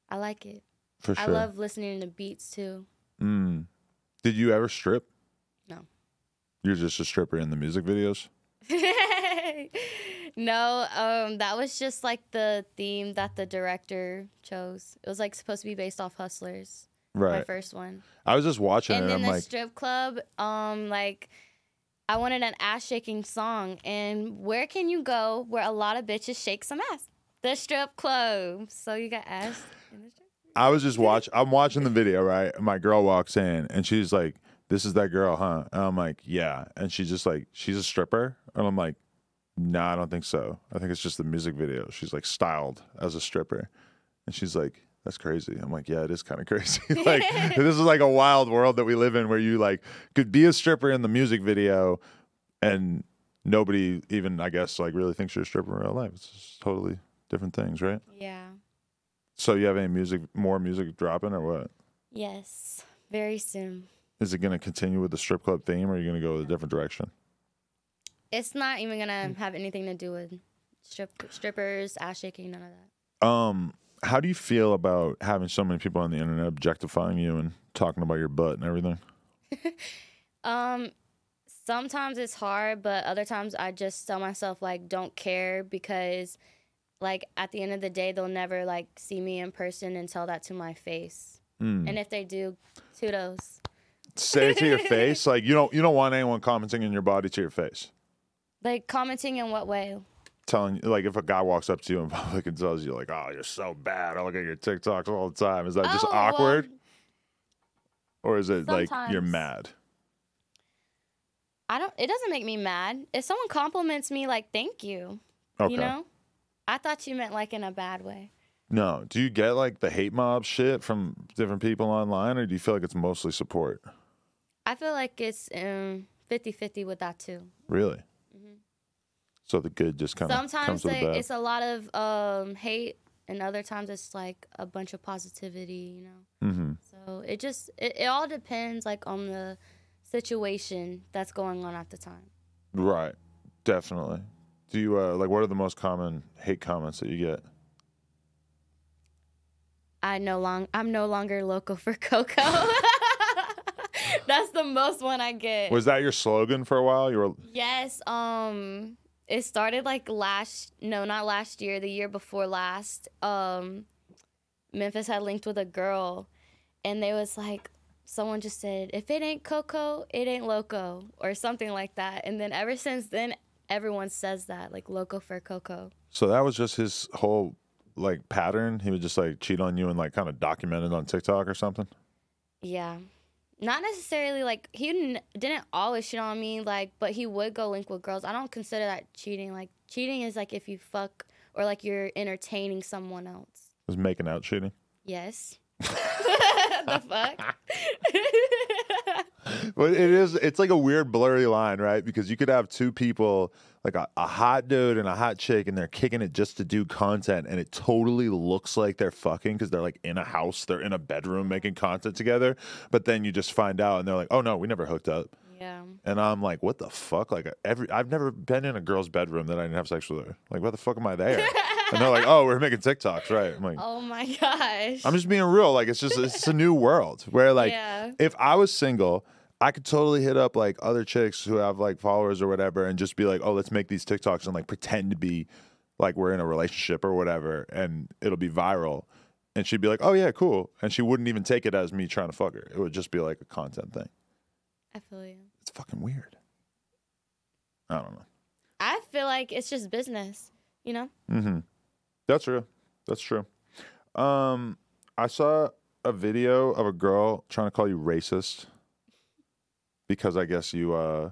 Speaker 3: I like it.
Speaker 2: For
Speaker 3: I
Speaker 2: sure.
Speaker 3: love listening to beats too. <laughs>
Speaker 2: mm. Did you ever strip?
Speaker 3: No.
Speaker 2: You're just a stripper in the music videos?
Speaker 3: no, um, that was just like the theme that the director chose. It was like supposed to be based off Hustlers, my
Speaker 2: Right.
Speaker 3: first one.
Speaker 2: I was just watching
Speaker 3: and
Speaker 2: it
Speaker 3: then
Speaker 2: and
Speaker 3: the
Speaker 2: I'm like,
Speaker 3: strip club, um, like I wanted an ass shaking song, and where can you go where a lot of bitches shake some ass? The strip club. So you got ass in the strip.
Speaker 2: I was just
Speaker 3: <laughs>
Speaker 2: watch. I'm watching the video, right? And my girl walks in, and she's like, "This is that girl, huh?" And I'm like, "Yeah." And she's just like, "She's a stripper," and I'm like, "No, nah, I don't think so. I think it's just the music video. She's like styled as a stripper," and she's like. That's crazy. I'm like, yeah, it is kind of <laughs>
Speaker 3: <laughs>
Speaker 2: crazy. like, this is like a wild world that we live in, where you like could be a stripper in the music video, and nobody even, I guess, like really thinks you're a stripper in real life. It's just totally different things, right?
Speaker 3: Yeah.
Speaker 2: So, you have any music, more music dropping, or what?
Speaker 3: Yes. Very soon.
Speaker 2: Is it going to continue with the strip club theme, or are you going to go a different direction?
Speaker 3: It's not even
Speaker 2: Hmm.
Speaker 3: gonna have anything to do with strip strippers, ass shaking, none of that.
Speaker 2: Um, how do you feel about having so many people on the internet objectifying you and talking about your butt and everything?
Speaker 3: Um, sometimes it's hard, but other times I just tell myself like don't care because like at the end of the day they'll never like see me in person and tell that to my face. And if they do, kudos.
Speaker 2: Hmm. Say it to
Speaker 3: <laughs>
Speaker 2: your face, like you don't you don't want anyone commenting on your body to your face.
Speaker 3: Like commenting in what way?
Speaker 2: Telling you, like if a guy walks up to you in <laughs> public and tells you like, "Oh, you're so bad. I look at your TikToks all the time." Is that Uh, just
Speaker 3: Oh, well,
Speaker 2: awkward, or is it like you're
Speaker 3: sometimes.
Speaker 2: mad?
Speaker 3: I don't it doesn't make me mad. If someone compliments me like thank you,
Speaker 2: Okay.
Speaker 3: you know? I thought you meant like in a bad way.
Speaker 2: No. Do you get like the hate mob shit from different people online, or do you feel like it's mostly support?
Speaker 3: I feel like it's um 50-50 with that too.
Speaker 2: Really? So the good just kind of comes
Speaker 3: Mm-hmm. Sometimes
Speaker 2: with
Speaker 3: they,
Speaker 2: the bad.
Speaker 3: it's a lot of um, hate, and other times it's like a bunch of positivity, you know.
Speaker 2: Mhm.
Speaker 3: So it just it, it all depends like on the situation that's going on at the time.
Speaker 2: Right. Definitely. Do you uh, like what are the most common hate comments that you get?
Speaker 3: I no long I'm no longer local for <laughs> cocoa. that's the most one I get.
Speaker 2: Was that your slogan for a while? You were
Speaker 3: Yes, um it started like last no, not last year, the year before last. Um Memphis had linked with a girl and they was like someone just said, If it ain't Coco, it ain't Loco or something like that. And then ever since then everyone says that, like Loco for Coco.
Speaker 2: so that was just his whole like pattern. He would just like cheat on you and like kind of document it on TikTok or something.
Speaker 3: Yeah. Not necessarily like he n- didn't always shit on me, like, but he would go link with girls. I don't consider that cheating. Like, cheating is like if you fuck or like you're entertaining someone else.
Speaker 2: Was making out cheating.
Speaker 3: Yes. <laughs> the <laughs> fuck?
Speaker 2: But it is it's like a weird blurry line, right? Because you could have two people like a, a hot dude and a hot chick and they're kicking it just to do content and it totally looks like they're fucking because they're like in a house, they're in a bedroom making content together. But then you just find out and they're like, Oh no, we never hooked up.
Speaker 3: Yeah.
Speaker 2: And I'm like, what the fuck? Like every I've never been in a girl's bedroom that I didn't have sex with her. Like, why the fuck am I there? and they're like, Oh, we're making TikToks, right? I'm like,
Speaker 3: <laughs> Oh my gosh.
Speaker 2: I'm just being real. Like it's just it's a new world where like
Speaker 3: Yeah.
Speaker 2: if I was single, I could totally hit up like other chicks who have like followers or whatever and just be like, oh, let's make these TikToks and like pretend to be like we're in a relationship or whatever and it'll be viral. And she'd be like, oh yeah, cool. And she wouldn't even take it as me trying to fuck her. It would just be like a content thing.
Speaker 3: I feel you.
Speaker 2: It's fucking weird. I don't know.
Speaker 3: I feel like it's just business, you know?
Speaker 2: Mm-hmm. That's true. That's true. Um, I saw a video of a girl trying to call you racist because I guess you, uh,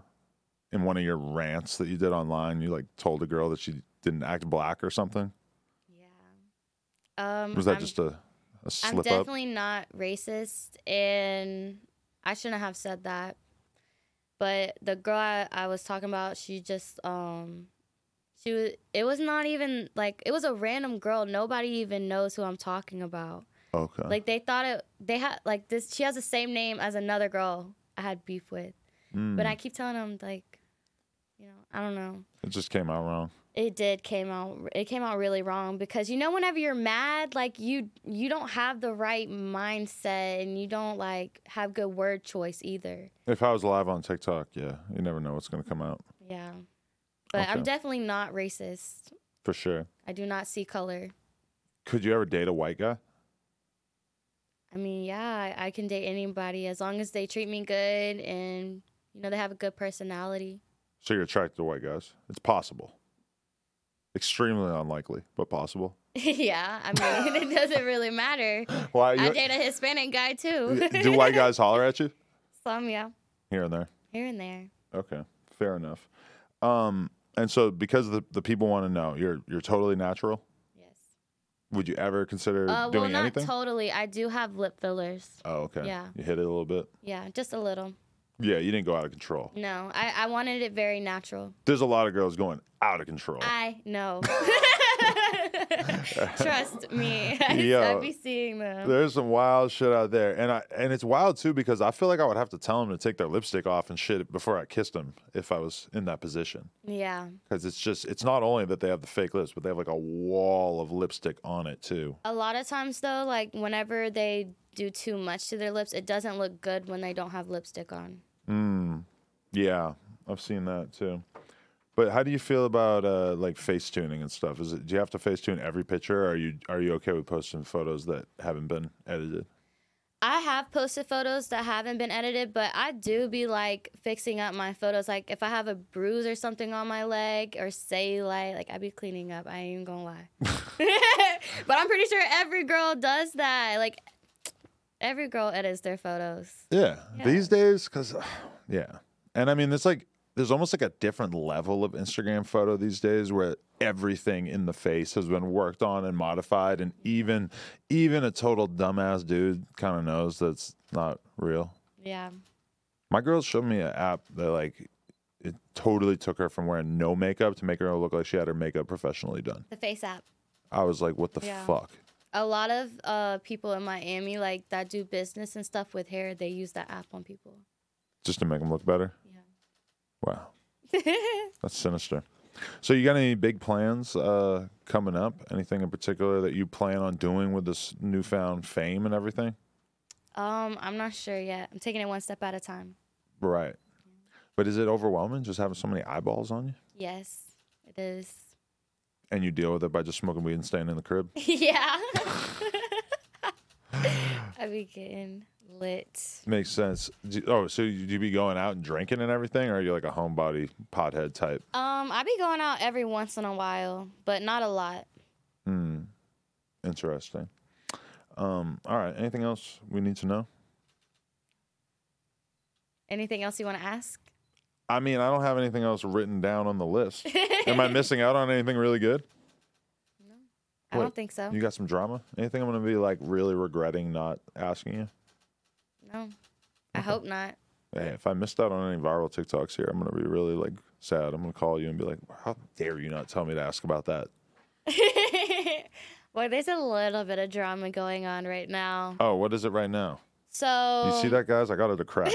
Speaker 2: in one of your rants that you did online, you like told a girl that she didn't act black or something.
Speaker 3: Yeah. Um,
Speaker 2: Was that
Speaker 3: I'm,
Speaker 2: just a, a
Speaker 3: I'm
Speaker 2: slip up?
Speaker 3: definitely not racist, and I shouldn't have said that. But the girl I, I was talking about, she just, um, she was, it was not even like, it was a random girl. Nobody even knows who I'm talking about.
Speaker 2: Okay.
Speaker 3: Like they thought it. They had like this. She has the same name as another girl I had beef with.
Speaker 2: Hmm.
Speaker 3: But I keep telling them like, you know, I don't know.
Speaker 2: it just came out wrong.
Speaker 3: It did came out. It came out really wrong because you know whenever you're mad, like you you don't have the right mindset and you don't like have good word choice either.
Speaker 2: If I was live on TikTok, yeah, you never know what's going to come out
Speaker 3: Yeah. But I'm
Speaker 2: Okay.
Speaker 3: definitely not racist.
Speaker 2: for sure.
Speaker 3: I do not see color.
Speaker 2: Could you ever date a white guy?
Speaker 3: I mean, yeah, I, I can date anybody as long as they treat me good and you know they have a good personality.
Speaker 2: So you're attracted to white guys. It's possible. Extremely unlikely, but possible.
Speaker 3: <laughs> yeah, I mean, <laughs> it doesn't
Speaker 2: <laughs>
Speaker 3: really matter.
Speaker 2: Why
Speaker 3: I
Speaker 2: you,
Speaker 3: date a Hispanic guy too. <laughs>
Speaker 2: do white guys holler at you
Speaker 3: Some, yeah,
Speaker 2: here and there?
Speaker 3: here and there.
Speaker 2: Okay, fair enough. Um, and so because the the people want to know, you're you're totally natural.
Speaker 3: Yes.
Speaker 2: Would you ever consider
Speaker 3: Uh, well,
Speaker 2: doing
Speaker 3: not
Speaker 2: anything?
Speaker 3: totally. I do have lip fillers.
Speaker 2: oh, okay.
Speaker 3: Yeah.
Speaker 2: You hit it a little bit.
Speaker 3: Yeah, just a little.
Speaker 2: Yeah, you didn't go out of control.
Speaker 3: No, I, I wanted it very natural.
Speaker 2: <laughs> There's a lot of girls going out of control.
Speaker 3: I know. <laughs> Trust me. <laughs> I
Speaker 2: Yo.
Speaker 3: I'd be seeing them.
Speaker 2: There's some wild shit out there, and I and it's wild too because I feel like I would have to tell them to take their lipstick off and shit before I kissed them if I was in that position.
Speaker 3: Yeah.
Speaker 2: Because it's just it's not only that they have the fake lips, but they have like a wall of lipstick on it too.
Speaker 3: A lot of times though, like whenever they do too much to their lips, it doesn't look good when they don't have lipstick on.
Speaker 2: Yeah, I've seen that too. But how do you feel about uh, like face tuning and stuff? Is it do you have to face tune every picture? Or are you are you okay with posting photos that haven't been edited?
Speaker 3: I have posted photos that haven't been edited, but I do be like fixing up my photos. Like if I have a bruise or something on my leg or cellulite, like I be cleaning up. I ain't even gonna lie. <laughs> but I'm pretty sure every girl does that. Like every girl edits their photos.
Speaker 2: Yeah, these days, because <sighs> yeah, and I mean, it's like there's almost like a different level of Instagram photo these days where everything in the face has been worked on and modified, and even even a total dumbass dude kind of knows that's not real.
Speaker 3: Yeah.
Speaker 2: My girl showed me an app that like it totally took her from wearing no makeup to make her look like she had her makeup professionally done.
Speaker 3: The face app.
Speaker 2: I was like, what the
Speaker 3: Yeah.
Speaker 2: fuck?
Speaker 3: A lot of uh, people in Miami, like that do business and stuff with hair, they use that app on people.
Speaker 2: Just to make them look better.
Speaker 3: Yeah.
Speaker 2: Wow. That's sinister. So you got any big plans uh, coming up? Anything in particular that you plan on doing with this newfound fame and everything?
Speaker 3: Um, I'm not sure yet. I'm taking it one step at a time.
Speaker 2: Right. But is it overwhelming just having so many eyeballs on you?
Speaker 3: Yes, it is.
Speaker 2: And you deal with it by just smoking weed and staying in the crib?
Speaker 3: <laughs>
Speaker 2: <laughs>
Speaker 3: yeah. I be getting lit.
Speaker 2: Makes sense. Do, oh, so you, do you be going out and drinking and everything, or are you like a homebody pothead type?
Speaker 3: Um, I be going out every once in a while, but not a lot.
Speaker 2: Hmm. Interesting. Um, all right. Anything else we need to know?
Speaker 3: Anything else you want to ask? <laughs>
Speaker 2: I mean, I don't have anything else written down on the <laughs> list. Am I missing out on anything really good?
Speaker 3: I
Speaker 2: What?
Speaker 3: don't think so.
Speaker 2: You got some drama? Anything I'm gonna be like really regretting not asking you?
Speaker 3: no. I hope not. <laughs>
Speaker 2: Hey, if I missed out on any viral TikToks here, I'm gonna be really like sad. I'm gonna call you and be like, "How dare you not tell me to ask about that?"
Speaker 3: well, there's a little bit of drama going on right now.
Speaker 2: Oh, what is it right now?
Speaker 3: So
Speaker 2: Oh. You see that, guys? I got it a
Speaker 3: <laughs>
Speaker 2: crack.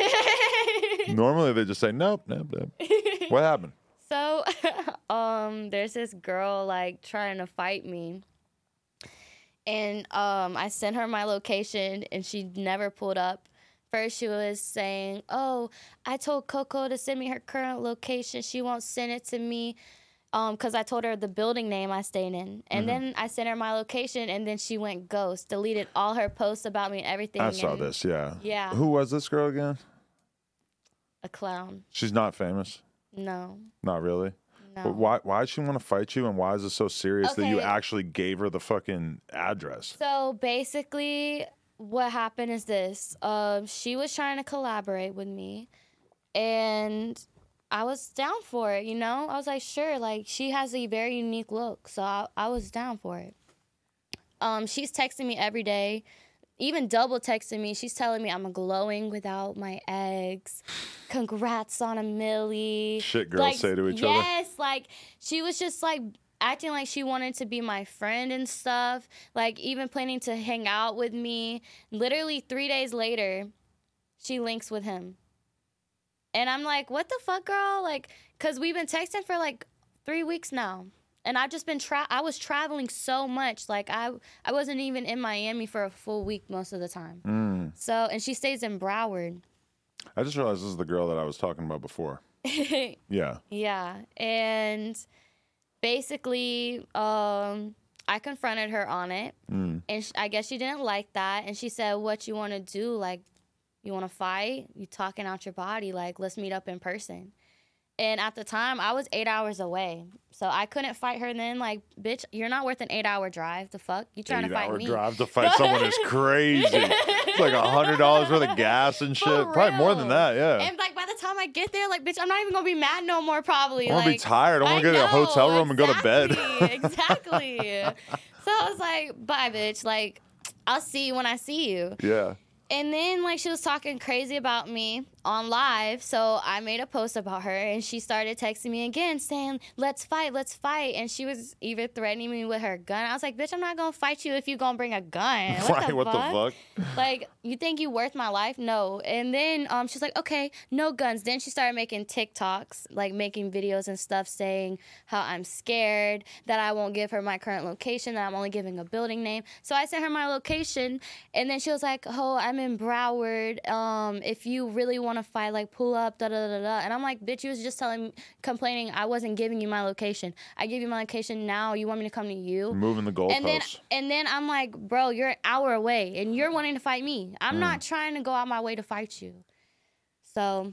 Speaker 2: Normally they just say, "Nope, nope, nope." What happened?
Speaker 3: So, <laughs> um, there's this girl like trying to fight me. And um, I sent her my location and she never pulled up. First, she was saying, Oh, I told Coco to send me her current location. She won't send it to me because I told her the building name I stayed in.
Speaker 2: Mm-hmm.
Speaker 3: And then I sent her my location and then she went ghost, deleted all her posts about me and everything.
Speaker 2: I saw
Speaker 3: and
Speaker 2: this. Yeah.
Speaker 3: Yeah.
Speaker 2: Who was this girl again?
Speaker 3: A clown.
Speaker 2: She's not famous.
Speaker 3: No.
Speaker 2: Not really.
Speaker 3: No.
Speaker 2: But why? Why does she want to fight you? And why is it so serious that you
Speaker 3: Okay.
Speaker 2: actually gave her the fucking address?
Speaker 3: So basically, what happened is this: um, she was trying to collaborate with me, and I was down for it. You know, I was like, sure. Like she has a very unique look, so I, I was down for it. Um, she's texting me every day, even double texting me. She's telling me I'm glowing without my eggs. Congrats on a millie.
Speaker 2: Shit girls say to each other.
Speaker 3: Yes, like she was just like acting like she wanted to be my friend and stuff. Like even planning to hang out with me. Literally three days later, she links with him. And I'm like, what the fuck, girl? Like, cause we've been texting for like three weeks now, and I've just been tra- I was traveling so much, like I I wasn't even in Miami for a full week most of the time.
Speaker 2: Hmm.
Speaker 3: So, and she stays in Broward.
Speaker 2: Mm.
Speaker 3: <laughs>
Speaker 2: I just realized this is the girl that I was talking about before. Yeah.
Speaker 3: Yeah, and basically, um, I confronted her on it,
Speaker 2: Mm.
Speaker 3: and sh- I guess she didn't like that. And she said, "What you want to do? Like, you want to fight? You talking out your body? Like, let's meet up in person." And at the time, I was eight hours away, so I couldn't fight her. Then, like, bitch, you're not worth an eight-hour drive. The fuck, you trying to
Speaker 2: eight
Speaker 3: fight
Speaker 2: hour
Speaker 3: me?
Speaker 2: drive to
Speaker 3: <laughs>
Speaker 2: fight someone is crazy. It's like a hundred dollars worth of gas and shit.
Speaker 3: For
Speaker 2: Probably more than
Speaker 3: real.
Speaker 2: that, yeah.
Speaker 3: And like by the time I get there, like bitch, I'm not even gonna be mad no more. Probably.
Speaker 2: I'm gonna be
Speaker 3: Like,
Speaker 2: tired. I'm gonna get a hotel room and go to bed.
Speaker 3: exactly. exactly. So I was like, bye, bitch. Like, I'll see you when I see you.
Speaker 2: <laughs> yeah.
Speaker 3: And then like she was talking crazy about me, on live. So I made a post about her and she started texting me again saying, Let's fight, let's fight. And she was even threatening me with her gun. I was like, Bitch, I'm not gonna fight you if you gonna bring a gun.
Speaker 2: <laughs>
Speaker 3: What,
Speaker 2: right?
Speaker 3: the,
Speaker 2: what
Speaker 3: fuck?
Speaker 2: the fuck?
Speaker 3: Like, you think you worth my life? No. And then um she's like, Okay, no guns. Then she started making TikToks, like making videos and stuff saying how I'm scared, that I won't give her my current location, that I'm only giving a building name. So I sent her my location and then she was like, Oh, I'm in Broward. Um, if you really want to fight, like pull up, da da da da. And I'm like, Bitch, you was just telling, complaining I wasn't giving you my location. I gave you my location now. You want me to come to you?
Speaker 2: Moving the goalposts.
Speaker 3: and then and then I'm like, bro, you're an hour away, and you're wanting to fight me.
Speaker 2: Mm.
Speaker 3: I'm not trying to go out my way to fight you. So,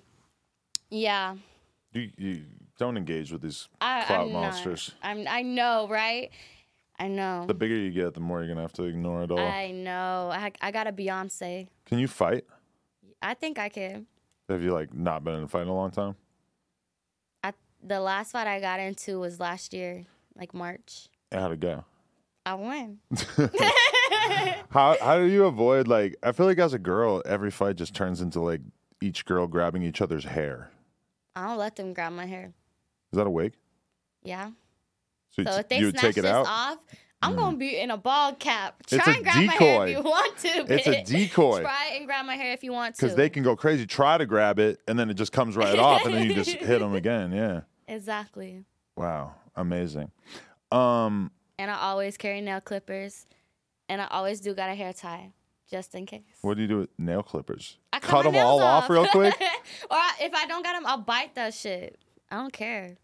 Speaker 3: yeah,
Speaker 2: you, you don't engage with these
Speaker 3: I,
Speaker 2: clout
Speaker 3: I'm
Speaker 2: monsters.
Speaker 3: Not, I'm, I know, right? I know.
Speaker 2: The bigger you get, the more you're gonna have to ignore it all.
Speaker 3: I know. I, I got a Beyonce.
Speaker 2: Can you fight?
Speaker 3: I think I can.
Speaker 2: Have you like not been in a fight in a long time?
Speaker 3: I, the last fight I got into was last year, like March.
Speaker 2: How'd it go? <laughs>
Speaker 3: I won. <laughs>
Speaker 2: How how do you avoid like? I feel like as a girl, every fight just turns into like each girl grabbing each other's hair.
Speaker 3: I don't let them grab my hair.
Speaker 2: Is that a wig?
Speaker 3: Yeah.
Speaker 2: So, <laughs>
Speaker 3: So
Speaker 2: t-
Speaker 3: if they
Speaker 2: you would
Speaker 3: snatch
Speaker 2: take it
Speaker 3: this
Speaker 2: out. Mm.
Speaker 3: off, I'm gonna be in a ball cap. Try
Speaker 2: It's a
Speaker 3: and grab my hair if
Speaker 2: decoy.
Speaker 3: you want to.
Speaker 2: <laughs> It's a
Speaker 3: bitch.
Speaker 2: decoy.
Speaker 3: Try and grab my hair if you want to.
Speaker 2: Because they can go crazy, try to grab it, and then it just comes right off, and then you just hit
Speaker 3: <laughs>
Speaker 2: them again. Yeah.
Speaker 3: Exactly.
Speaker 2: Wow. Amazing. Um,
Speaker 3: And I always carry nail clippers, and I always do got a hair tie just in case.
Speaker 2: what do you do with nail clippers?
Speaker 3: I
Speaker 2: Cut
Speaker 3: my
Speaker 2: them all
Speaker 3: nails
Speaker 2: off. real quick.
Speaker 3: <laughs> or I, if I don't got them, I'll bite that shit. I don't care.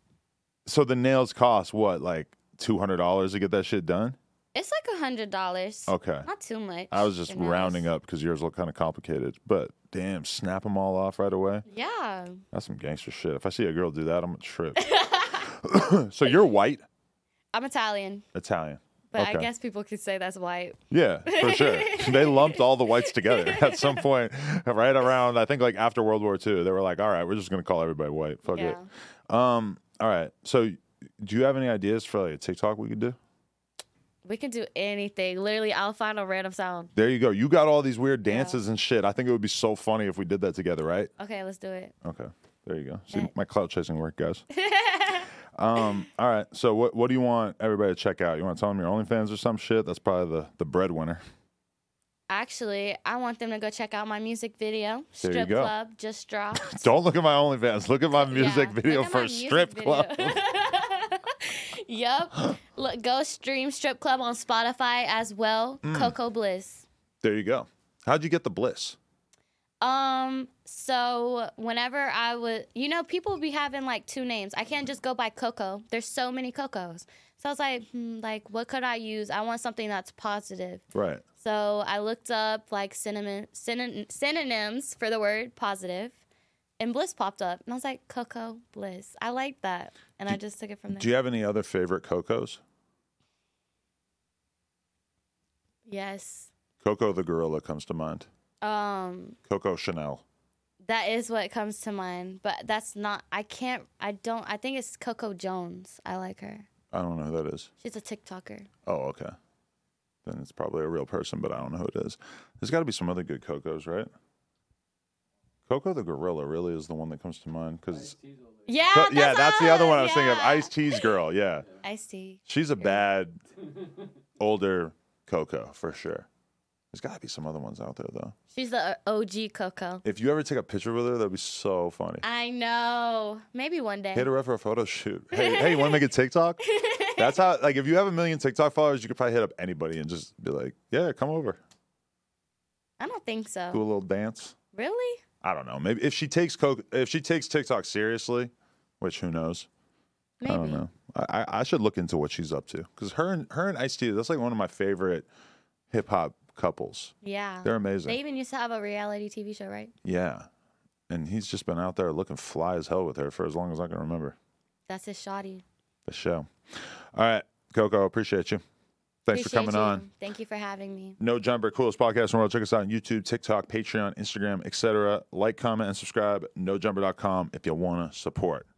Speaker 2: So the nails cost what, like two hundred dollars to get that shit done?
Speaker 3: It's like a hundred dollars.
Speaker 2: Okay.
Speaker 3: Not too much.
Speaker 2: I was just
Speaker 3: for nails.
Speaker 2: rounding up because yours look kind of complicated. But damn, snap them all off right away.
Speaker 3: Yeah.
Speaker 2: That's some gangster shit. If I see a girl do that, I'm gonna
Speaker 3: <laughs>
Speaker 2: trip. <coughs> so you're white,
Speaker 3: I'm Italian,
Speaker 2: Italian.
Speaker 3: but I
Speaker 2: Okay.
Speaker 3: guess people could say that's white.
Speaker 2: Yeah, for
Speaker 3: <laughs>
Speaker 2: sure. they lumped all the whites together <laughs> at some point, right around I think like after World War II. They were like, "All right, we're just gonna call everybody white. Fuck
Speaker 3: yeah.
Speaker 2: it." Um, all right. So, do you have any ideas for like a TikTok we could do?
Speaker 3: We can do anything. Literally, I'll find a random sound.
Speaker 2: There you go. You got all these weird dances and shit. I think it would be so funny if we did that together, right?
Speaker 3: Okay, let's do it.
Speaker 2: Okay. There you go. See my clout chasing work,
Speaker 3: <laughs>
Speaker 2: guys. um, all right. So what what do you want everybody to check out? You want to tell them your OnlyFans or some shit? That's probably the the
Speaker 3: <laughs>
Speaker 2: breadwinner.
Speaker 3: Actually, I want them to go check out my music video.
Speaker 2: There you
Speaker 3: Strip
Speaker 2: go.
Speaker 3: Club
Speaker 2: <laughs>
Speaker 3: just dropped.
Speaker 2: Don't look at my OnlyFans. Look at my music
Speaker 3: Yeah,
Speaker 2: video
Speaker 3: look at
Speaker 2: for
Speaker 3: my music
Speaker 2: strip
Speaker 3: video. <laughs>
Speaker 2: club. <laughs>
Speaker 3: yep. Look, go stream Strip Club on Spotify as well.
Speaker 2: Mm.
Speaker 3: Coco Bliss.
Speaker 2: There you go. How'd you get the bliss?
Speaker 3: Um. So whenever I would, you know, people be having like two names. I can't just go by Coco. There's so many Cocos. So I was like, hmm, like, what could I use? I want something that's positive.
Speaker 2: Right.
Speaker 3: So I looked up like cinnamon synon- synonyms for the word positive, and bliss popped up, and I was like, Coco Bliss. I like that, and I just took it from there.
Speaker 2: Do you have any other favorite Cocos?
Speaker 3: yes,
Speaker 2: Coco the gorilla comes to mind.
Speaker 3: um,
Speaker 2: Coco Chanel.
Speaker 3: that is what comes to mind, but that's not. I can't. I don't. I think it's Coco Jones. I like her.
Speaker 2: I don't know who that is.
Speaker 3: She's a TikToker.
Speaker 2: Oh, okay. Then it's probably a real person, but I don't know who it is. There's got to be some other good Cocos, right? Coco the gorilla really is the one that comes to mind because
Speaker 3: Yeah, that's
Speaker 2: yeah, that's the other one I was thinking of.
Speaker 3: yeah.
Speaker 2: Ice T's girl, yeah,
Speaker 3: Ice T.
Speaker 2: she's a bad older Coco for sure. There's got to be some other ones out there though.
Speaker 3: She's the OG Coco.
Speaker 2: If you ever take a picture with her, that'd be so funny.
Speaker 3: I know. Maybe one day.
Speaker 2: Hit her up for a photo shoot. Hey, hey, you want to make a TikTok? That's how. Like, if you have a million TikTok followers, you could probably hit up anybody and just be like, "Yeah, come over,
Speaker 3: I don't think so.
Speaker 2: do a little dance."
Speaker 3: Really?
Speaker 2: I don't know. Maybe if she takes coke, if she takes TikTok seriously, which who knows?
Speaker 3: Maybe.
Speaker 2: I don't know. I, I- I should look into what she's up to because her and her and Ice T. That's like one of my favorite hip hop couples.
Speaker 3: Yeah.
Speaker 2: They're amazing.
Speaker 3: They even used to have a reality TV show, right?
Speaker 2: yeah, and he's just been out there looking fly as hell with her for as long as I can remember
Speaker 3: That's his shoddy.
Speaker 2: the show. All right, Coco, appreciate you. Thanks for coming on.
Speaker 3: Thank you for having me.
Speaker 2: No Jumper, coolest podcast in the world. Check us out on YouTube, TikTok, Patreon, Instagram, etc. Like, comment, and subscribe. NoJumper.com if you want to support.